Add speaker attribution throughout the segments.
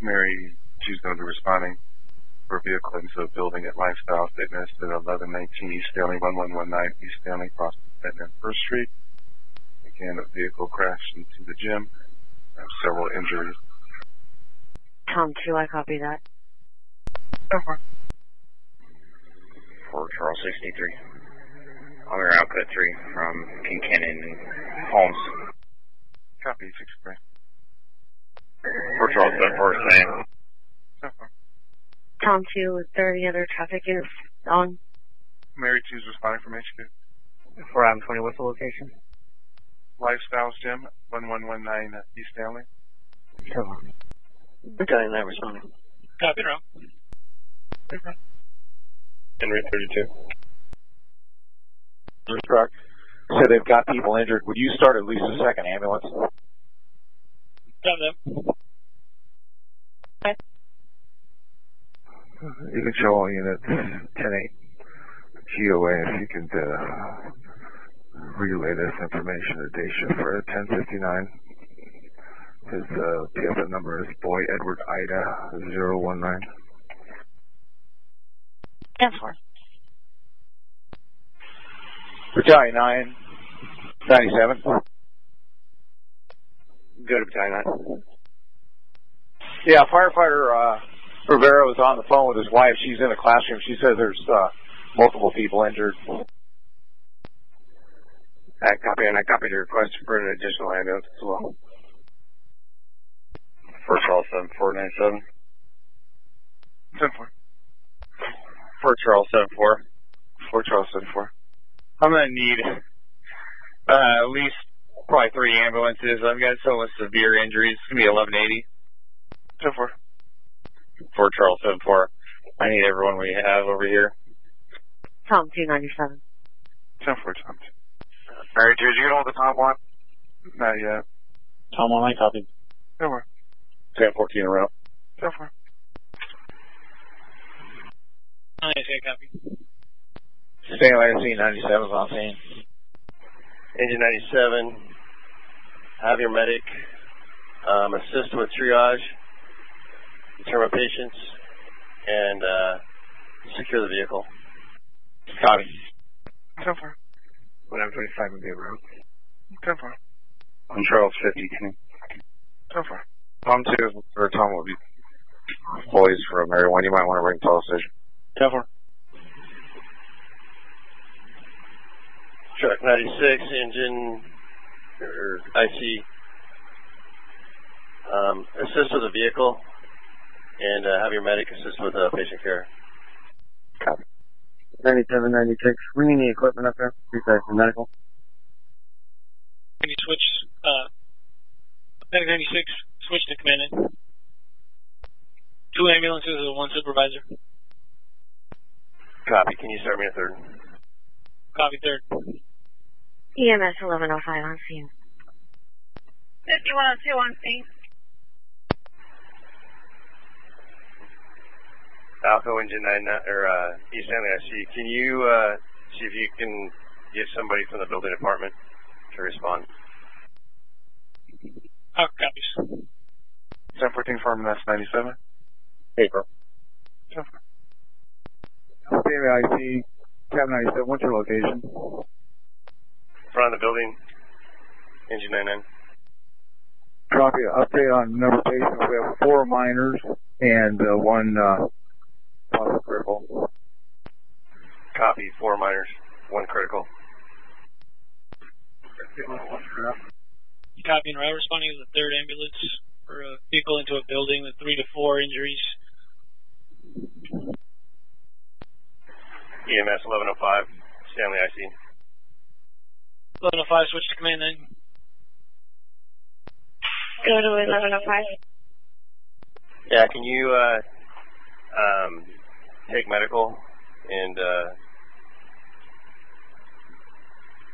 Speaker 1: Mary Juzo responding for vehicle into a building at Lifestyle Fitness at 1119 East Stanley, 1119 East Stanley, across from Fenton and First Street. Again, a vehicle crashed into the gym. Have several injuries.
Speaker 2: Tom 2, I copy that.
Speaker 3: Uh-huh.
Speaker 1: Over.
Speaker 4: for Charles 63. On your output 3 from King Cannon and Holmes.
Speaker 1: Copy 63.
Speaker 4: For Charles Dunbar, same.
Speaker 1: Over.
Speaker 2: Tom 2, is there any other traffic units on?
Speaker 1: Mary Juzo responding from HQ.
Speaker 5: For Adam 20, what's the location?
Speaker 1: Lifestyles Gym, 1119 East Stanley.
Speaker 5: Silver.
Speaker 6: Battalion 9 responding.
Speaker 7: Copy, Ron.
Speaker 8: Henry 32.
Speaker 9: truck. So they've got people injured. Would you start at least a second ambulance?
Speaker 7: Got them.
Speaker 10: You can show all units 10-8 GOA if you can uh, relay this information to Dacia for 1059. His uh, PFN number is Boy Edward Ida 019.
Speaker 2: 10 4.
Speaker 9: Battalion 9, 97.
Speaker 4: Go to Battalion 9.
Speaker 9: Yeah, firefighter uh, Rivero is on the phone with his wife. She's in the classroom. She says there's uh, multiple people injured.
Speaker 4: I copy and I copied your request for an additional ambulance as well. For Charles 7497.
Speaker 1: 10 4.
Speaker 4: For Charles 74.
Speaker 1: For Charles 74.
Speaker 11: I'm gonna need uh, at least probably three ambulances. I've got someone with severe injuries. It's gonna be 1180
Speaker 1: 10 4.
Speaker 4: for Charles 74. I need everyone we have over here.
Speaker 2: Tom 297.
Speaker 1: 10 4, Tom.
Speaker 4: Mary, did you get all the top one?
Speaker 1: Not yet.
Speaker 6: Tom 1, I copied.
Speaker 1: Over.
Speaker 4: 1014 in a row.
Speaker 1: 10 4.
Speaker 7: I say copy.
Speaker 9: Stanley Legacy 97 is on scene.
Speaker 6: Engine 97, have your medic um, assist with triage, determine patients, and uh, secure the vehicle.
Speaker 9: Copy.
Speaker 1: 10 4.
Speaker 5: Whatever 25 would be a road.
Speaker 1: 10 4.
Speaker 4: On Charles 52.
Speaker 1: 10 4.
Speaker 8: Tom 2 is, or Tom will be boys from Mary 1. You might want to ring Paul Station.
Speaker 6: 10 Truck 96, engine, or IC, um, assist with the vehicle, and uh, have your medic assist with uh, patient care.
Speaker 5: 97, 96. We need the equipment up there. Two guys for medical.
Speaker 7: Can you switch, uh, Medic 96, switch to commandant. Two ambulances and one supervisor.
Speaker 6: Copy. Can you start me a third?
Speaker 7: Copy third.
Speaker 3: E
Speaker 2: EMS 1105 on scene.
Speaker 3: 5102 on scene.
Speaker 6: Alpha engine 99, or uh, East Stanley IC. Can you uh, see if you can get somebody from the building department to respond?
Speaker 7: Hawk copies.
Speaker 1: 10 14 Farm Nest 97.
Speaker 4: Paper.
Speaker 1: 10 4.
Speaker 10: Stanley IC, Cab 97, what's your location?
Speaker 6: Front of the building, engine 99.
Speaker 10: Copy, update on number of patients. We have four minors and uh, one uh, possible critical.
Speaker 6: Copy. Four minors, one critical.
Speaker 7: Copy and route responding to the third ambulance for a vehicle into a building with three to four injuries.
Speaker 6: EMS 1105, Stanley IC.
Speaker 7: 1105, switch to command then.
Speaker 3: Go to 1105.
Speaker 6: Yeah, can you uh, um, take medical and uh,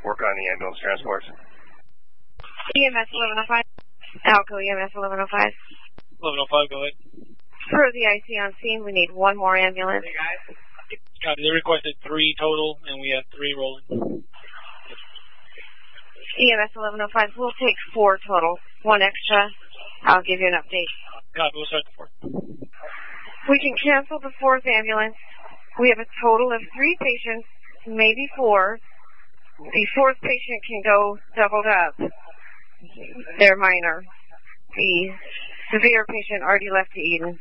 Speaker 6: work on the ambulance transports?
Speaker 3: EMS 1105. Alco EMS 1105.
Speaker 7: 1105, go ahead.
Speaker 3: For the IC on scene, we need one more ambulance.
Speaker 7: Copy. They requested three total, and we have three rolling.
Speaker 3: E oh EMS 1105 will take four total, one extra. I'll give you an update.
Speaker 7: Copy. We'll start the fourth.
Speaker 3: We can cancel the fourth ambulance. We have a total of three patients, maybe four. The fourth patient can go doubled up. They're minor. The severe patient already left to Eden.